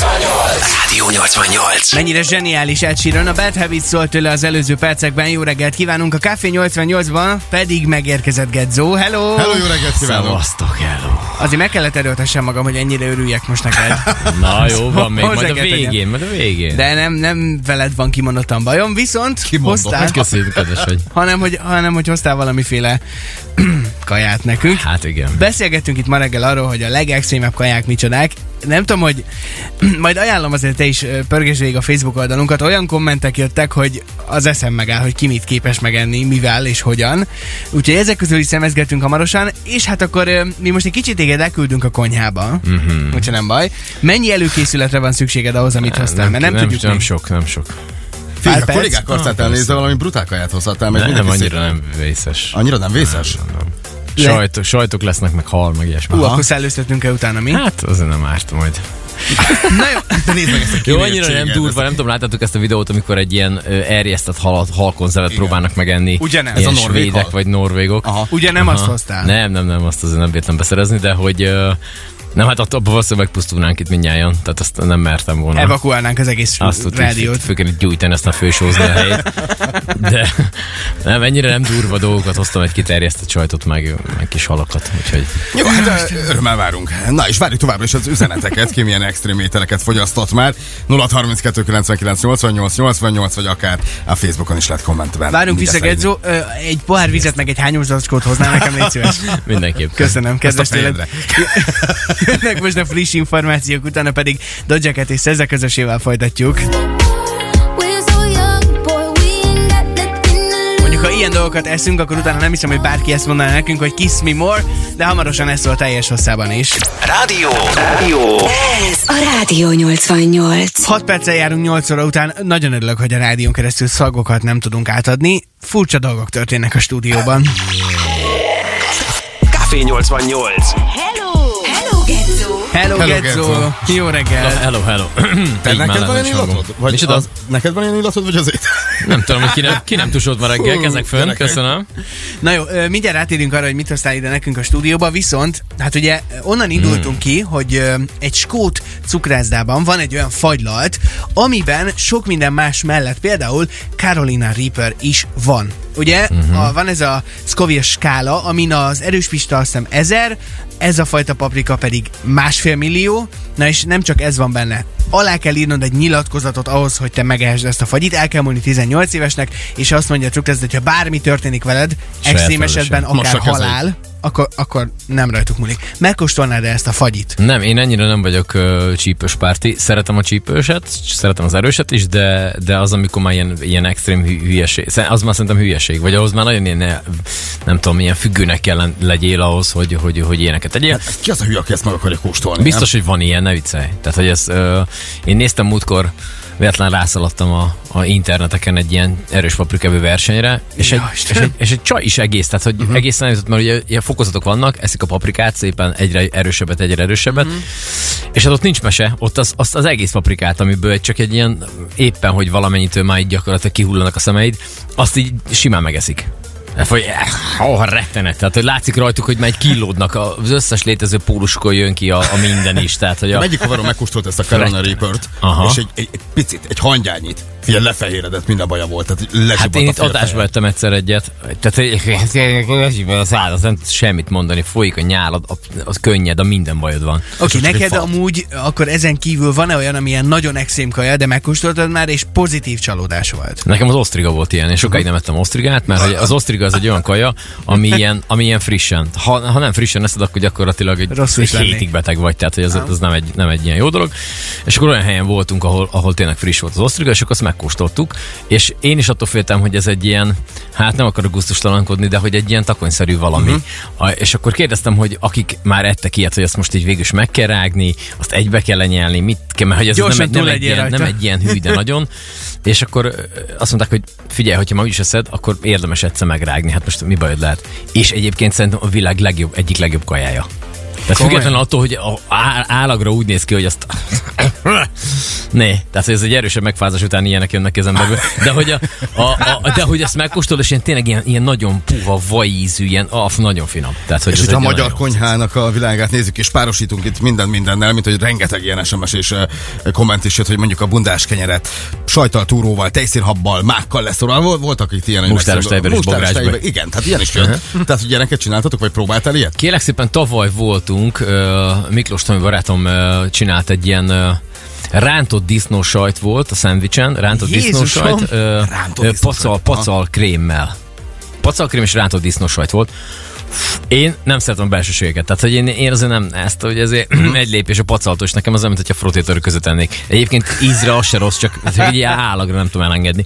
Rádió 88. Mennyire zseniális Ed Sheeran, a Bad Habit szólt tőle az előző percekben. Jó reggelt kívánunk a Café 88-ban, pedig megérkezett Gedzó. Hello! Hello, jó reggelt kívánok! Szevasztok, hello. Azért meg kellett erőltessem magam, hogy ennyire örüljek most neked. Na jó, van még, Hozzá majd a kell végén, tegyem. majd a végén. De nem, nem veled van kimondottan bajom, viszont Kimondom. hoztál, Hát köszönjük, kedves vagy. hanem hogy, hanem hogy hoztál valamiféle kaját nekünk. Hát igen. Beszélgettünk itt ma reggel arról, hogy a legextrémebb kaják micsodák. Nem tudom, hogy majd ajánlom azért te is ö, pörgesd végig a Facebook oldalunkat. Olyan kommentek jöttek, hogy az eszem megáll, hogy ki mit képes megenni, mivel és hogyan. Úgyhogy ezek közül is szemezgetünk hamarosan, és hát akkor ö, mi most egy kicsit téged elküldünk a konyhába, mm-hmm. Mhm. úgyhogy nem baj. Mennyi előkészületre van szükséged ahhoz, amit hoztál? Mert nem, nem, tudjuk nem még. sok, nem sok. Figyelj, Pár a perc? kollégák arcát elnézve valami brutál kaját hozhatál, meg Nem, Ah, nem mindenki annyira szép- nem vészes. Annyira nem vészes? Le- Sajtok, sajtok lesznek, meg hal, meg ilyesmi. Ú, akkor szellőztetünk el utána mi? Hát, azért nem árt majd. Na jó, De nézd meg ezt a Jó, annyira nem kimértséget, durva, nem tudom, láttátok ezt a videót, amikor egy ilyen ö, erjesztett halat, halkonzervet próbálnak megenni. Ugyanez. Ilyen Ez a norvég svédek hal. vagy norvégok. Aha. ugye nem azt Aha. hoztál. Nem, nem, nem, azt azért nem bírtam beszerezni, de hogy... ö, Nem, hát attól valószínűleg megpusztulnánk itt mindnyájan, tehát azt nem mertem volna. Evakuálnánk az egész Azt tudtuk, rádiót. hogy fő kellett gyújtani ezt a fősózni a helyét. De nem, ennyire nem durva dolgokat hoztam, egy kiterjesztett sajtot, meg, meg kis halakat. Úgyhogy igen. Jó, hát ö, örömmel várunk. Na és várjuk továbbra is az üzeneteket, ki milyen extrém ételeket fogyasztott már. 032 99 88 88 vagy akár a Facebookon is lehet kommentben. Várunk Mindjárt vissza, felhívni. Gedzo, ö, egy pohár vizet, meg egy hányos zacskót hoznál nekem, légy szíves. mindenképp. Köszönöm, kedves a tőled. Jönnek most a friss információk, utána pedig Dodzseket és Szeze közösével folytatjuk. Mondjuk, ha ilyen dolgokat eszünk, akkor utána nem hiszem, hogy bárki ezt mondaná nekünk, hogy kiss me more, de hamarosan ez volt teljes hosszában is. Rádió. Rádió. Ez a Rádió 88. 6 perccel járunk 8 óra után. Nagyon örülök, hogy a rádión keresztül szagokat nem tudunk átadni. Furcsa dolgok történnek a stúdióban. Café 88. Hello! Hello, Gezzó! Hello, Hello, Gedzo! Gedzo. Jó reggel! Hello, hello. Te Így már neked nem van ilyen is hangom. illatod? Vagy Micsoda? az, neked van ilyen illatod, vagy az étel? Nem tudom, hogy ki nem, ki nem tusolt ma reggel, Fú, kezek fönn, gyerekek. köszönöm. Na jó, ö, mindjárt rátérünk arra, hogy mit hoztál ide nekünk a stúdióba, viszont hát ugye ö, onnan indultunk ki, hogy ö, egy skót cukrászdában van egy olyan fagylalt, amiben sok minden más mellett például Carolina Reaper is van. Ugye uh-huh. a, van ez a Scoville skála, amin az erős pista azt hiszem 1000, ez a fajta paprika pedig másfél millió, na és nem csak ez van benne. Alá kell írnod egy nyilatkozatot ahhoz, hogy te megehesd ezt a fagyit, el kell múlni 18 évesnek, és azt mondja a trükk, hogy ha bármi történik veled, Saját extrém felelősség. esetben akár Mossa kezeit. halál, akkor, akkor nem rajtuk múlik. Megkóstolnád ezt a fagyit? Nem, én ennyire nem vagyok uh, csípős párti. Szeretem a csípőset, szeretem az erőset is, de, de az, amikor már ilyen, ilyen extrém hü- hülyeség, Szer- az már szerintem hülyeség, vagy ahhoz már nagyon ilyen, eh, nem tudom, ilyen függőnek kell len- legyél ahhoz, hogy, hogy, hogy ilyeneket tegyél. Ki az a hülye, aki ezt meg akarja kóstolni? Biztos, hogy van ilyen, ne viccelj. Tehát, hogy ez, ö, én néztem múltkor, véletlen rászaladtam a, a interneteken egy ilyen erős paprikevő versenyre, és egy, Ja, és, egy, és egy csaj is egész, tehát hogy uh-huh. egészen nem jutott, mert ugye ilyen fokozatok vannak, eszik a paprikát szépen egyre erősebbet, egyre erősebbet, uh-huh. és hát ott nincs mese, ott az, az, az egész paprikát, amiből egy- csak egy ilyen éppen, hogy valamennyitől már így gyakorlatilag kihullanak a szemeid, azt így simán megeszik. Hát, Hogy, oh, rettenet. Tehát, hogy látszik rajtuk, hogy már egy kilódnak. Az összes létező póluskor jön ki a, a minden is. Tehát, hogy Ja. a, Egyik haverom megkóstolt ezt a Carolina Reaper-t, Aha. és egy, egy, egy, picit, egy hangyányit. Figyelj, lefehéredett, minden baja volt. Tehát Hát én itt adásba vettem egyszer egyet. Tehát egy- a szád, az nem tudsz semmit mondani, folyik a nyálad, a, a könnyed, a minden bajod van. Oké, csak okay, egy neked fag. amúgy akkor ezen kívül van-e olyan, amilyen nagyon extrém kaja, de megkóstoltad már, és pozitív csalódás volt? Nekem az osztriga volt ilyen, és sokáig nem ettem osztrigát, mert hogy az osztriga az egy olyan kaja, ami ilyen, ami ilyen frissen. Ha, ha nem frissen eszed, akkor gyakorlatilag egy, Rosszul egy is lennék. hétig beteg vagy, tehát hogy ez, ez nem, egy, nem egy ilyen jó dolog. És akkor olyan helyen voltunk, ahol, ahol tényleg friss volt az osztriga, és akkor azt megkóstoltuk, és én is attól féltem, hogy ez egy ilyen, hát nem akarok gusztustalankodni, de hogy egy ilyen takonyszerű valami. Mhm. Uh-huh. A, és akkor kérdeztem, hogy akik már ettek ilyet, hogy ezt most így végül is meg kell rágni, azt egybe kell lenyelni, mit kell, mert hogy ez Gyorsan nem, egy, nem, túl egy legyél ilyen, nem rajta. egy ilyen hű, de nagyon. És akkor ö, azt mondták, hogy figyelj, hogyha ma úgyis eszed, akkor érdemes egyszer megrágni. Hát most mi bajod lehet? És egyébként szerintem a világ legjobb, egyik legjobb kajája. Tehát Komolyan? függetlenül attól, hogy a á- állagra úgy néz ki, hogy azt Né, tehát hogy ez egy erősebb megfázás után ilyenek jönnek ki az emberből. De hogy, a, a, a, de hogy ezt megkóstolod, és ilyen tényleg ilyen, ilyen nagyon puha, vajízű, ilyen, af, nagyon finom. Tehát, hogy És ez hogyha a egy magyar nagyon- konyhának a világát nézzük, és párosítunk itt minden mindennel, mint hogy rengeteg ilyen SMS és ö, komment is jött, hogy mondjuk a bundás kenyeret sajtal, túróval, tejszínhabbal, mákkal leszorral. Vol- Voltak itt ilyen, hogy Mustáros megszorol- tejből és mustáros bográcsból. tejből. Igen, tehát ilyen is jött. Tehát, hogy ilyeneket csináltatok, vagy próbáltál Hát ilyet? Hát Kérlek szépen, tavaly voltunk, ö, Miklós Tomi barátom ö, csinált egy ilyen ö, rántott disznósajt volt a szendvicsen, rántott Jézusom! disznósajt, ö, Rántott ö, pacal, disznósajt, aha. pacal krémmel. Pacalkrém és rántott disznósajt volt. Fú, Én nem szeretem a belsőségeket, tehát hogy én, én azért nem ezt, hogy ezért egy lépés a pacaltól, és nekem az olyan, mint hogyha frotétörök között ennék. Egyébként ízre az se rossz, csak hát, hogy ilyen állagra nem tudom elengedni.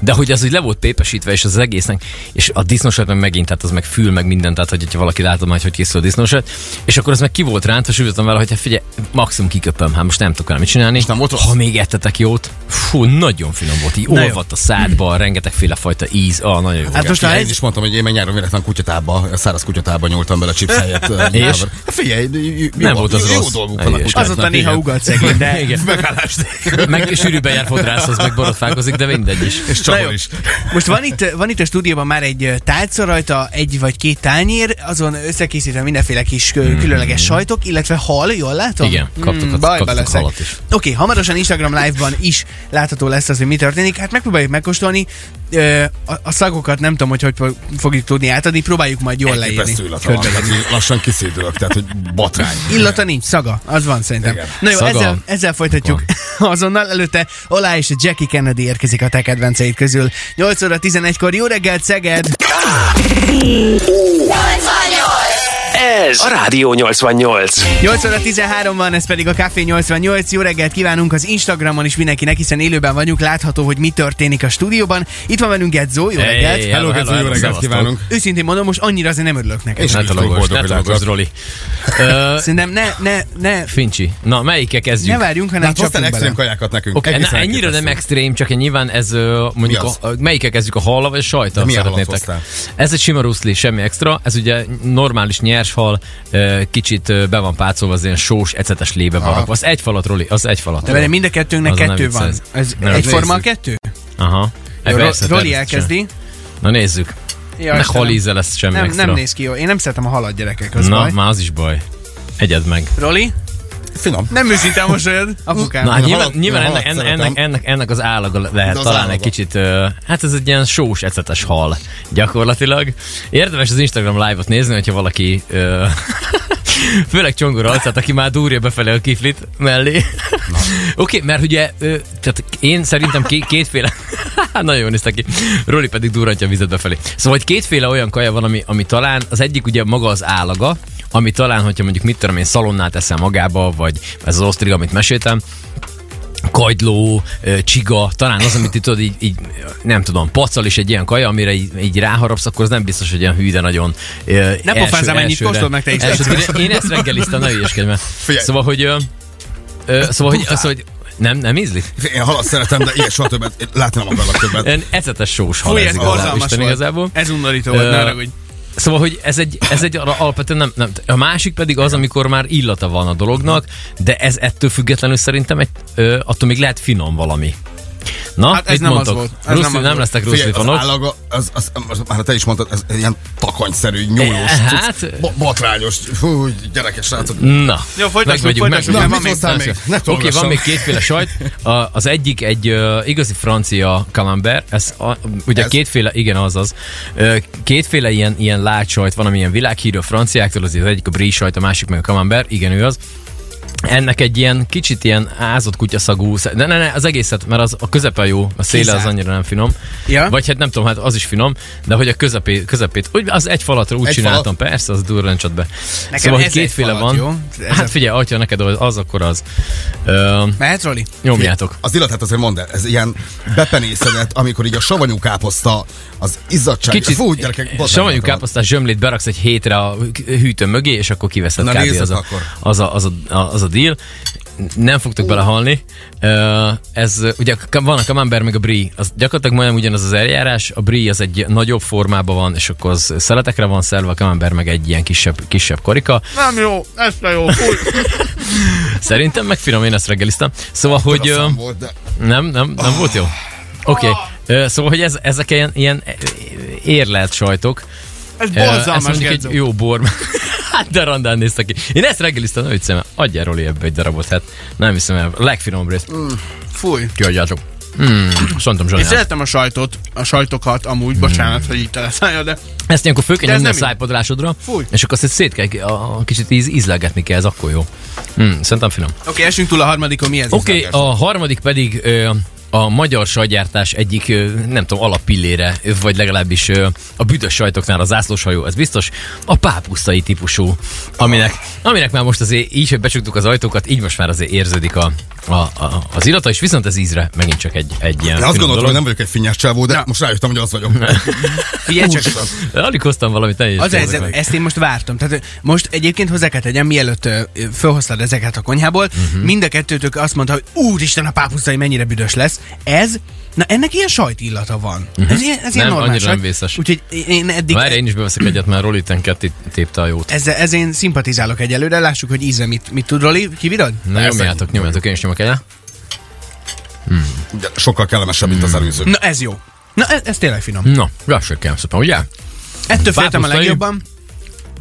De hogy az, hogy le volt pépesítve, és az egésznek, és a disznósajt meg megint, tehát az meg fül, meg minden, tehát hogy, hogyha valaki látom, hogy hogy készül a disznósajt, és akkor az meg ki volt ránt, és úgy voltam vele, hogy hát figyelj, maximum kiköpöm, hát most nem tudok vele mit csinálni. nem volt rossz? ha még ettetek jót, fú, nagyon finom volt, így Na jó. olvadt a szádba, rengetegféle fajta íz, ah, nagyon jó. volt. Hát most Igen, már én egy... is mondtam, hogy én meg nyáron véletlen kutyatába, száraz kutyatába nyúltam bele a chips helyett. ö, nyelven. Hát Figyelj, j- j- Nem jó- volt az jó rossz. dolguk van a Igen. Azóta kutyáknak, néha igen. ugat szegény, de... Igen. Megállás nélkül. Meg sűrűben jár fodrászhoz, meg borotfálkozik, de mindegy is. És Na jó. Csaba is. Most van itt, van itt a stúdióban már egy ö, tálca rajta, egy vagy két tányér, azon összekészítve mindenféle kis ö, különleges sajtok, illetve hal, jól látom? Hmm. Igen, kaptuk, Mm, a- baj, kaptuk beleszek. halat is. Oké, okay, hamarosan Instagram live-ban is látható lesz az, hogy mi történik. Hát megpróbáljuk megkóstolni. Ö, a, a szagokat nem tudom, hogy hogy fog- fogjuk tudni átadni, próbáljuk majd jól leírni. Elképesztő illata van. Tehát így Lassan kiszédülök, tehát hogy botrány. Illata nincs, szaga, az van szerintem. Igen. Na jó, Szaga. ezzel, ezzel folytatjuk azonnal. Előtte Olá és Jackie Kennedy érkezik a te kedvenceid közül. 8 óra 11-kor. Jó reggelt, Szeged! Ez a Rádió 88. 8 óra 13 van, ez pedig a Café 88. Jó reggelt kívánunk az Instagramon is mindenkinek, hiszen élőben vagyunk, látható, hogy mi történik a stúdióban. Itt van velünk Gedzó, jó Hey, reggelt! hello, Hello, Geci, jó reggelt szevasztok. kívánunk. Őszintén mondom, most annyira azért nem örülök neked. És Ne így túl talagos, boldog ne talagos, világot. Roli. Ö, Szerintem ne, ne, ne, Fincsi. Na, melyikkel ne kezdjük? várjunk, hanem Hát hoztál csapjunk extrém bele. kajákat nekünk. Oké, Egészen na, ennyire elképesztő. nem extrém, csak nyilván ez ö, mondjuk, Mi az? a, a, melyikkel kezdjük a hallal vagy a De sajtal milyen halat szeretnétek? hoztál? Ez egy sima ruszli, semmi extra, ez ugye normális nyers hal, ö, kicsit ö, be van pácolva, az ilyen sós, ecetes lébe van rakva. Az egy falat, Roli, az egy falat. De várj, mind a kettőnknek Azon nem kettő van. viccelsz. Ez Nem, egyforma a nézzük. kettő? Aha. E, Jó, persze, Roli természetesen. elkezdi. Na nézzük. Ja, Ne Istenem. hal íze lesz semmi nem, extra. nem néz ki jó. Én nem szeretem a halad gyerekek, az Na, baj. már az is baj. Egyed meg. Roli, Finom. nem őszinte a mosolyod, apukám. Na, hát Én a nyilván, halat- nyilván én a ennek, halat ennek, szeretem. ennek, ennek, ennek az állaga lehet De az talán állaga. egy kicsit, ö, hát ez egy ilyen sós ecetes hal gyakorlatilag. Érdemes az Instagram live-ot nézni, hogyha valaki, ö, főleg csongor arcát, aki már durja befelé a kiflit mellé. Oké, okay, mert ugye, ö, tehát én szerintem ké- kétféle, nagyon jól néztek ki, Roli pedig durrantja a vizet befelé. Szóval, hogy kétféle olyan kaja van, ami, ami talán, az egyik ugye maga az állaga, ami talán, hogyha mondjuk mit tudom én, szalonnát eszem magába, vagy ez az osztriga, amit meséltem, kagyló, ö, csiga, talán az, amit itt tudod, így, így, nem tudom, pacal is egy ilyen kaja, amire így, így ráharapsz, akkor az nem biztos, hogy ilyen hű, de nagyon ö, első- pofázzál mennyit, elsőre- kóstold meg te is. elsőre- Én ezt reggeliztem, ne hülyeskedj már. Figyelj. Szóval, hogy... Ö, ö, szóval, hogy, az, hogy nem, nem ízlik? Én halat szeretem, de ilyet soha többet. Látni nem akarok többet. Ilyen ecetes sós hal Fúj, ez ez igazából. borzalmas Isten volt. igazából. Ez undorító volt, ne Ö, haragudj. Szóval, hogy ez egy, ez egy al- alapvetően nem, nem. A másik pedig az, amikor már illata van a dolognak, de ez ettől függetlenül szerintem egy, ö, attól még lehet finom valami. Na, Hát ez mit nem az mondtok? volt. Ez Ruszli- nem az nem volt. lesznek Figyelj, az ruszlifonok. állaga, az, az, az, már te is mondtad, ez ilyen takonyszerű, nyúlós, Eh, hát- cucc, bo- botrányos, hú, gyerekes srácok. Na, Jó, folytassuk, megmegyünk, folytassuk. megmegyünk. Na, mit hoztál még? Ne Oké, okay, van tologassam. még kétféle sajt. A, az egyik egy uh, igazi francia camembert, ez a, ugye Ez? ez? kétféle, igen, az az. Uh, kétféle ilyen, ilyen lágy sajt van, amilyen világhírű a franciáktól, az egyik a brie sajt, a másik meg a camembert, igen, ő az. Ennek egy ilyen kicsit ilyen ázott kutyaszagú, sze- de ne, ne, az egészet, mert az a közepe jó, a széle az Kizárt. annyira nem finom. Ja. Vagy hát nem tudom, hát az is finom, de hogy a közepé, közepét, úgy, az egy falatra úgy Egy csináltam, persze, az durrancsad be. Nekem szóval, hogy ez egy kétféle falat, van. jó? Ez a- Hát figyelj, atya, neked az, az akkor az. Ö, Mehet, Roli? nyomjátok. Az illatát azért mondd el, ez ilyen bepenészedett, amikor így a savanyú káposzta, az izzadság. Kicsit Fú, gyerekek, botrányos savanyú van. káposztás zsömlét beraksz egy hétre a hűtő mögé, és akkor kiveszed Na, kb. nézzük Az a, akkor. az, a, az, a, az a deal. Nem fogtok belehalni. Ö, Ez ugye van a camembert meg a brie. Az gyakorlatilag majdnem ugyanaz az eljárás. A brie az egy nagyobb formában van, és akkor az szeletekre van szerve, a camembert meg egy ilyen kisebb, kisebb karika. Nem jó, ez se jó. Szerintem megfinom, én ezt reggeliztem. Szóval, hogy... ö, Faszom volt, de- Nem, nem, nem volt Ah. jó. Oké. Ö, Szóval, hogy ez, ezek ilyen, ilyen érlelt sajtok. Ez Ö, ezt borzalmas, mondjuk egy Gedzo. jó bor. hát de randán néztek ki. Én ezt reggeliztem, hogy hiszem, el. adjál Roli ebbe egy darabot, hát nem hiszem el. A legfinomabb részt. Fúj. Kiadjátok. Mm, Sontom Én zsanyát. szeretem a sajtot, a sajtokat amúgy, Hmm. bocsánat, hogy itt elszállja, de Ezt ilyenkor fő kell De ez nyomni nem a így. szájpadlásodra, Fúj. és akkor azt szét kell, a, a kicsit íz, ízlelgetni kell, ez akkor jó. Mm, szerintem finom. oké, okay, esünk túl a harmadikon, mi ez? Oké, okay, a harmadik pedig ö, a magyar sajgyártás egyik, ö, nem tudom, alappillére, ö, vagy legalábbis ö, a büdös sajtoknál a zászlóshajó, ez biztos, a pápusztai típusú, aminek, aminek már most azért így, hogy becsuktuk az ajtókat, így most már azért érződik a, a, a, az illata, és viszont ez ízre megint csak egy, egy ilyen Én azt finom gondoltam, hogy dolog. nem vagyok egy finnyás csávó, de Na. most rájöttem, hogy az vagyok. Figyelj csak, Alig hoztam valamit, ne az írtsd a meg. helyzet, ezt én most vártam. Tehát ö, most egyébként hozzá kell tegyem, mielőtt ö, ö, felhoztad ezeket a konyhából, Mhm. uh-huh. mind a kettőtök azt mondta, hogy úristen, a pápusztai mennyire büdös lesz. Ez, na ennek ilyen sajt illata van. Uh-huh. Ez ilyen, ez ilyen Mhm. Nem, normális. annyira nem sajt. vészes. Úgyhogy én eddig... Várj, én is beveszek egyet, mert Roli tenket tépte a jót. Ezzel, ezzel én szimpatizálok egyelőre, lássuk, hogy íze mit, mit tud Roli. Kivirod? Na nyomjátok, nyomjátok, én is nyomok el. De sokkal kellemesebb, mint Hmm. az előző. Na ez jó. Na e- ez, ez tényleg finom. Na, lássuk kell szépen, ugye? Ettől féltem a Pápusztai- legjobban.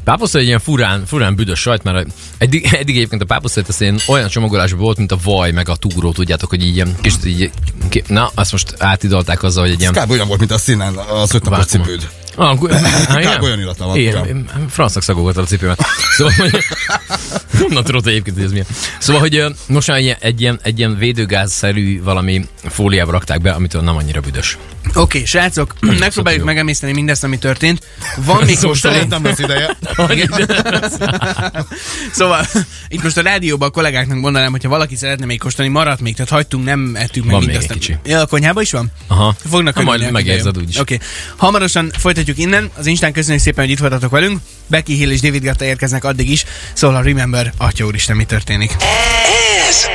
Páposzta egy ilyen furán, furán büdös sajt, mert eddig, eddig egyébként a páposzta az ilyen olyan csomagolásban volt, mint a vaj, meg a túró, tudjátok, hogy így ilyen kicsit így, ki, na, azt most átidalták azzal, hogy egy ilyen... Kb. olyan volt, mint a színen az öt napos vákuuma. cipőd. Ah, gu- hát, Kb. olyan illata van. Én, Ja. én francnak szagogatom a cipőmet. Szóval, hogy... Na, tudod egyébként, hogy ez milyen. Szóval, hogy ö, most már egy ilyen, egy ilyen, egy ilyen védőgázszerű valami fóliába rakták be, amitől nem annyira büdös. Oké, okay, srácok, megpróbáljuk jó. megemészteni mindezt, ami történt. Van még Szóval kóstoló. Szerintem lesz ideje. Szóval itt most a rádióban a kollégáknak mondanám, hogyha valaki szeretne még kóstolni, maradt még, tehát hagytunk, nem ettünk meg Van még mindazt. egy kicsi. Ja, a konyhában is van? Aha. Fognak Na, majd örülni, megérzed akik úgyis. Oké. Okay. Hamarosan folytatjuk innen. Az Instán köszönjük szépen, hogy itt voltatok velünk. Becky Hill és David Gatta érkeznek addig is. Szóval a Remember, atya úristen, mi történik. Ez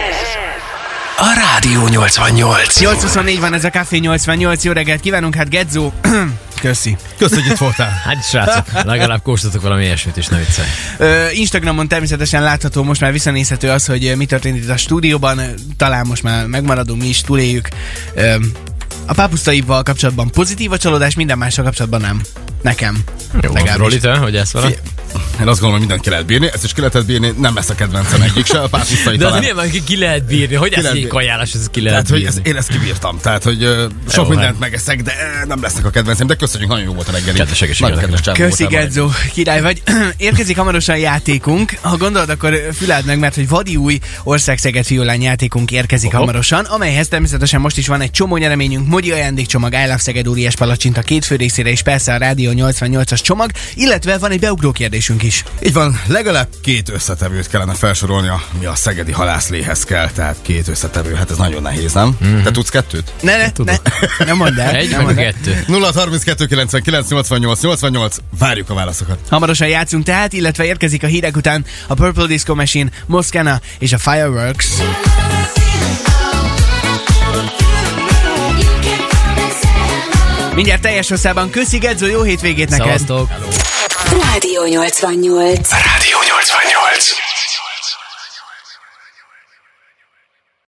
a Rádió 88. 824 van ez a Café 88. Jó reggelt kívánunk, hát Gedzó. Köszi. Kösz, hogy itt voltál. Hát srácok, legalább kóstoltok valami ilyesmit, és ne viccelj. Ö, Instagramon természetesen látható, most már visszanézhető az, hogy ö, mi történt itt a stúdióban. Ö, Talán most már megmaradunk, mi is túléljük. Ö, a pápusztaival kapcsolatban pozitív a csalódás, minden mással kapcsolatban nem. Nekem. Jó, Roli, te, hogy ezt valami? Én azt gondolom, hogy mindent ki lehet bírni, ezt is ki lehetett bírni, nem lesz a kedvencem egyik se, a pápusztai De az talán. milyen, hogy ki lehet bírni? Hogy ez lehet egy bírni. kajálás, ez ki lehet Tehát, hogy bírni? ez, én ezt kibírtam. Tehát, hogy ö, sok Jó, mindent hát. megeszek, de ö, nem lesznek a kedvencem. De köszönjük, nagyon jó volt a reggeli. Kedves egészséget Nagyon neked. kedves csávó Köszi, voltál ma Gedzó, király vagy. Érkezik hamarosan játékunk. Ha gondolod, akkor füláld meg, mert hogy vadi új országszeget fiolány játékunk érkezik Oho. hamarosan, amelyhez természetesen most is van egy csomó nyereményünk, Mogyi ajándékcsomag, I Love Szeged óriás palacsinta két fő részére, és persze a Rádió 88-as csomag, illetve van egy beugró kérdésünk is. Így van, legalább két összetevőt kellene felsorolni, ami a szegedi halászléhez kell, tehát két összetevő, hát ez nagyon nehéz, nem? Mhm. Mm-hmm. Te tudsz kettőt? Ne, ne, ne, nem mondd el. Egy nem meg mondd el. kettő. 0 32 99 88 88, várjuk a válaszokat. Hamarosan játszunk tehát, illetve érkezik a hírek után a Purple Disco Machine, Moszkana és a Fireworks. Mindjárt teljes hosszában. Köszi, Gedzó, jó hétvégét neked! Szevasztok. Rádió 88.